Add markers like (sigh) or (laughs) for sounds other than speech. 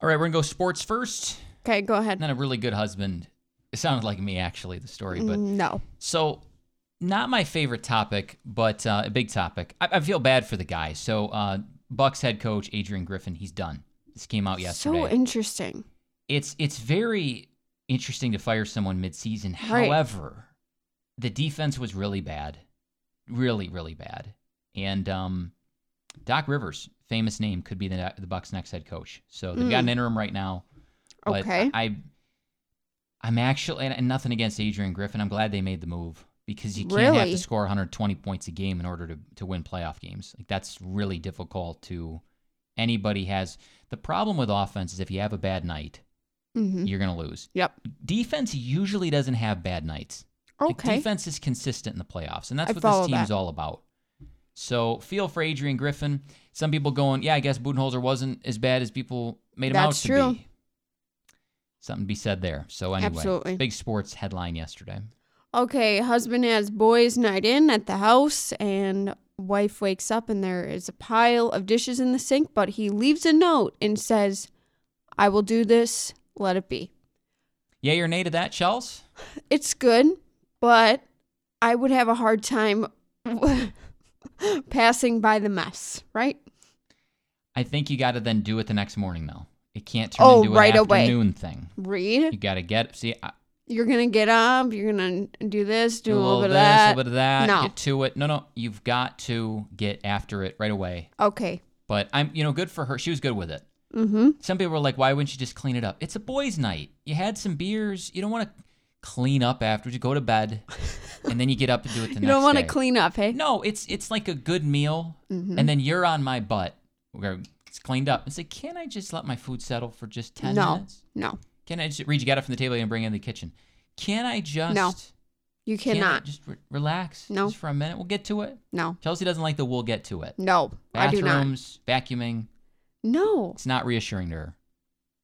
All right, we're gonna go sports first. Okay, go ahead. Not a really good husband. It sounded like me actually the story, but Mm, No. so not my favorite topic, but uh, a big topic. I, I feel bad for the guy. So uh, Bucks head coach Adrian Griffin, he's done. This came out yesterday. So interesting. it's it's very interesting to fire someone midseason. Right. However, the defense was really bad, really really bad, and um, Doc Rivers, famous name, could be the the Bucks' next head coach. So they've got an interim right now. But Hmm. Okay. I, I'm actually and, and nothing against Adrian Griffin. I'm glad they made the move because you can't have Really? to score 120 points a game in order to to win playoff games. Like that's really difficult to anybody has. The problem with offense is if you have a bad night, hmm you're going to lose. Yep. Defense usually doesn't have bad nights. Like, Okay. defense is consistent in the playoffs, and I that's what follow this team's that. all about. So feel for Adrian Griffin. Some people going, yeah, I guess Budenholzer wasn't as bad as people made him That's out true. to be. Something to be said there. So anyway, Absolutely. big sports headline yesterday. Okay, husband has boys' night in at the house, and wife wakes up and there is a pile of dishes in the sink, but he leaves a note and says, I will do this, let it be. Yeah, you're nay to that, Chels? It's good, but I would have a hard time (laughs) passing by the mess, right? I think you got to then do it the next morning though. It can't turn Oh, into right an away. afternoon thing. You Read. got to get see I, You're going to get up, you're going to do this, do, do a little bit this, of that. a little bit of that. No. Get to it. No, no, you've got to get after it right away. Okay. But I'm, you know, good for her. She was good with it. Mm hmm. Some people were like, "Why wouldn't you just clean it up? It's a boys' night. You had some beers. You don't want to clean up after you go to bed, and then you get up and do it the next (laughs) You don't want to day." clean Mm-hmm. up, hey? No, it's it's like a good meal, and then you're on my butt. We're it's cleaned up. It's like, can I just let my food settle for just ten No. minutes? No. Can I just read? You got it from the table and bring it in the kitchen. Can I just? You can I cannot. just re- relax. No. just for a minute. We'll get to it. No. Chelsea doesn't like the we'll get to it. No, I do not. Bathrooms, vacuuming, No. it's not reassuring to her.